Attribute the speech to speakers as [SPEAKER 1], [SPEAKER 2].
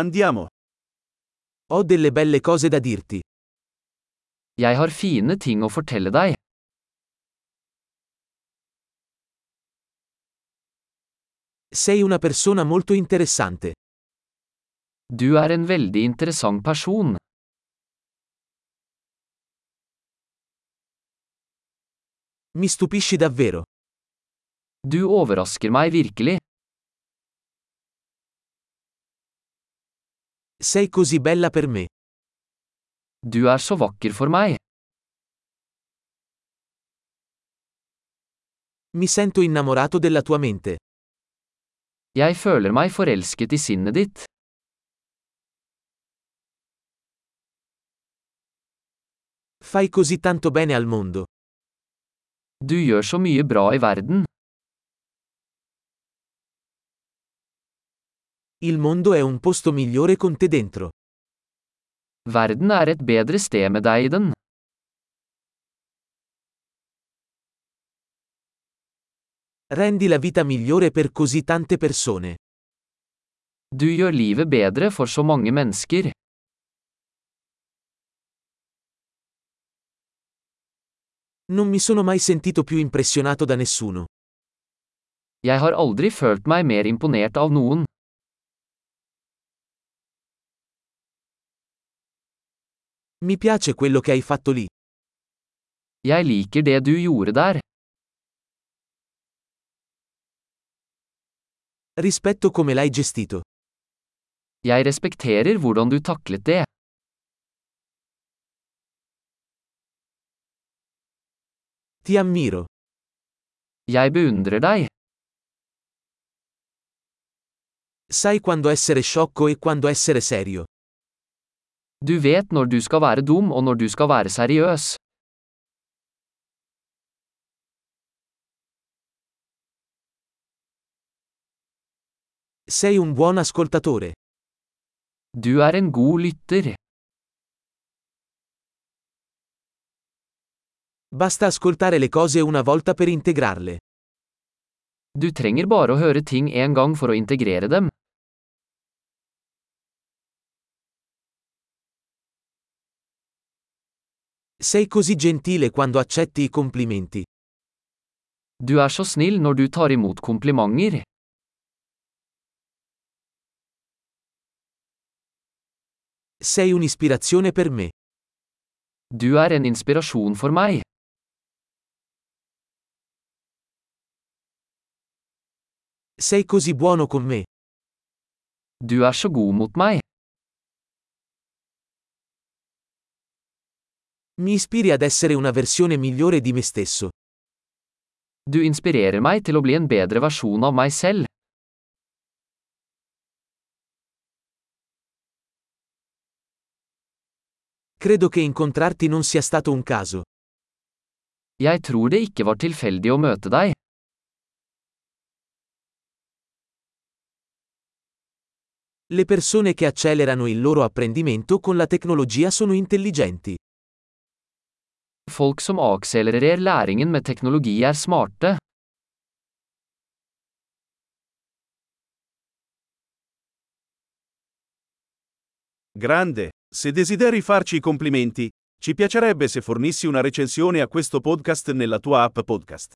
[SPEAKER 1] Andiamo. Ho delle belle cose da dirti.
[SPEAKER 2] Jeg har fine ting å fortelle deg.
[SPEAKER 1] Sei una persona molto interessante.
[SPEAKER 2] Du er en veldig interessant person.
[SPEAKER 1] Mi stupisci davvero.
[SPEAKER 2] Du overrasker meg virkelig.
[SPEAKER 1] Sei così bella per me.
[SPEAKER 2] Du er så vakker for meg.
[SPEAKER 1] Mi sento innamorato della tua mente.
[SPEAKER 2] Jeg føler meg forelsket i sinnet ditt.
[SPEAKER 1] Fai così tanto bene al mondo.
[SPEAKER 2] Du gjør så mye bra i verden.
[SPEAKER 1] Il mondo è un posto migliore con te dentro.
[SPEAKER 2] Verden er et bedre sted med deg i den.
[SPEAKER 1] Rendi la vita migliore per così tante persone.
[SPEAKER 2] Du gjør livet bedre for så mange mennesker.
[SPEAKER 1] Non mi sono mai sentito più impressionato da nessuno.
[SPEAKER 2] Jeg har aldri følt meg mer imponert av noen.
[SPEAKER 1] Mi piace quello che hai fatto lì.
[SPEAKER 2] Jeg liker det du gjorde der.
[SPEAKER 1] Rispetto come l'hai gestito.
[SPEAKER 2] Jeg respekterer hvordan du taklet det.
[SPEAKER 1] Ti ammiro.
[SPEAKER 2] Jeg beundrer deg.
[SPEAKER 1] Sai quando essere sciocco e quando essere serio.
[SPEAKER 2] Du vet når du skal være dum og når du skal være seriøs.
[SPEAKER 1] Sei un buon ascoltatore.
[SPEAKER 2] Du er en god lytter.
[SPEAKER 1] Basta ascoltare le cose una volta per integrarle.
[SPEAKER 2] Du trenger bare å høre ting en gang for å integrere dem.
[SPEAKER 1] Sei così gentile quando accetti i complimenti.
[SPEAKER 2] Du er så snill når du tar imot komplimenter.
[SPEAKER 1] Sei un'ispirazione per me.
[SPEAKER 2] Du er en inspirasjon for meg.
[SPEAKER 1] Sei così buono con me.
[SPEAKER 2] Du er så god mot meg.
[SPEAKER 1] Mi ispiri ad essere una versione migliore di me stesso.
[SPEAKER 2] Du inspirerer meg til å bli en bedre versjon av meg selv.
[SPEAKER 1] Credo che incontrarti non sia stato un caso.
[SPEAKER 2] Jeg tror det ikke var tilfeldig å møte deg.
[SPEAKER 1] Le persone che accelerano il loro apprendimento con la tecnologia sono intelligenti.
[SPEAKER 2] Folk som akselererer læringen med teknologi er smarte.
[SPEAKER 3] Grande, se desideri farci i complimenti, ci piacerebbe se fornissi una recensione a questo podcast nella tua app podcast.